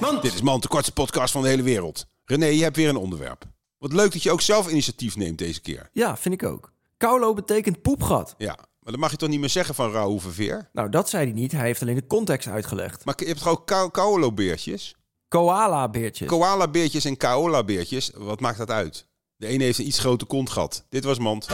Mand. Dit is Man, de kortste podcast van de hele wereld. René, je hebt weer een onderwerp. Wat leuk dat je ook zelf initiatief neemt deze keer. Ja, vind ik ook. Kaulo betekent poepgat. Ja, maar dat mag je toch niet meer zeggen van Rauwhoevenveer? Nou, dat zei hij niet. Hij heeft alleen de context uitgelegd. Maar je hebt toch ook kou- kauwelo-beertjes? Koala-beertjes. Koala-beertjes en kaola-beertjes, wat maakt dat uit? De ene heeft een iets groter kontgat. Dit was Mand.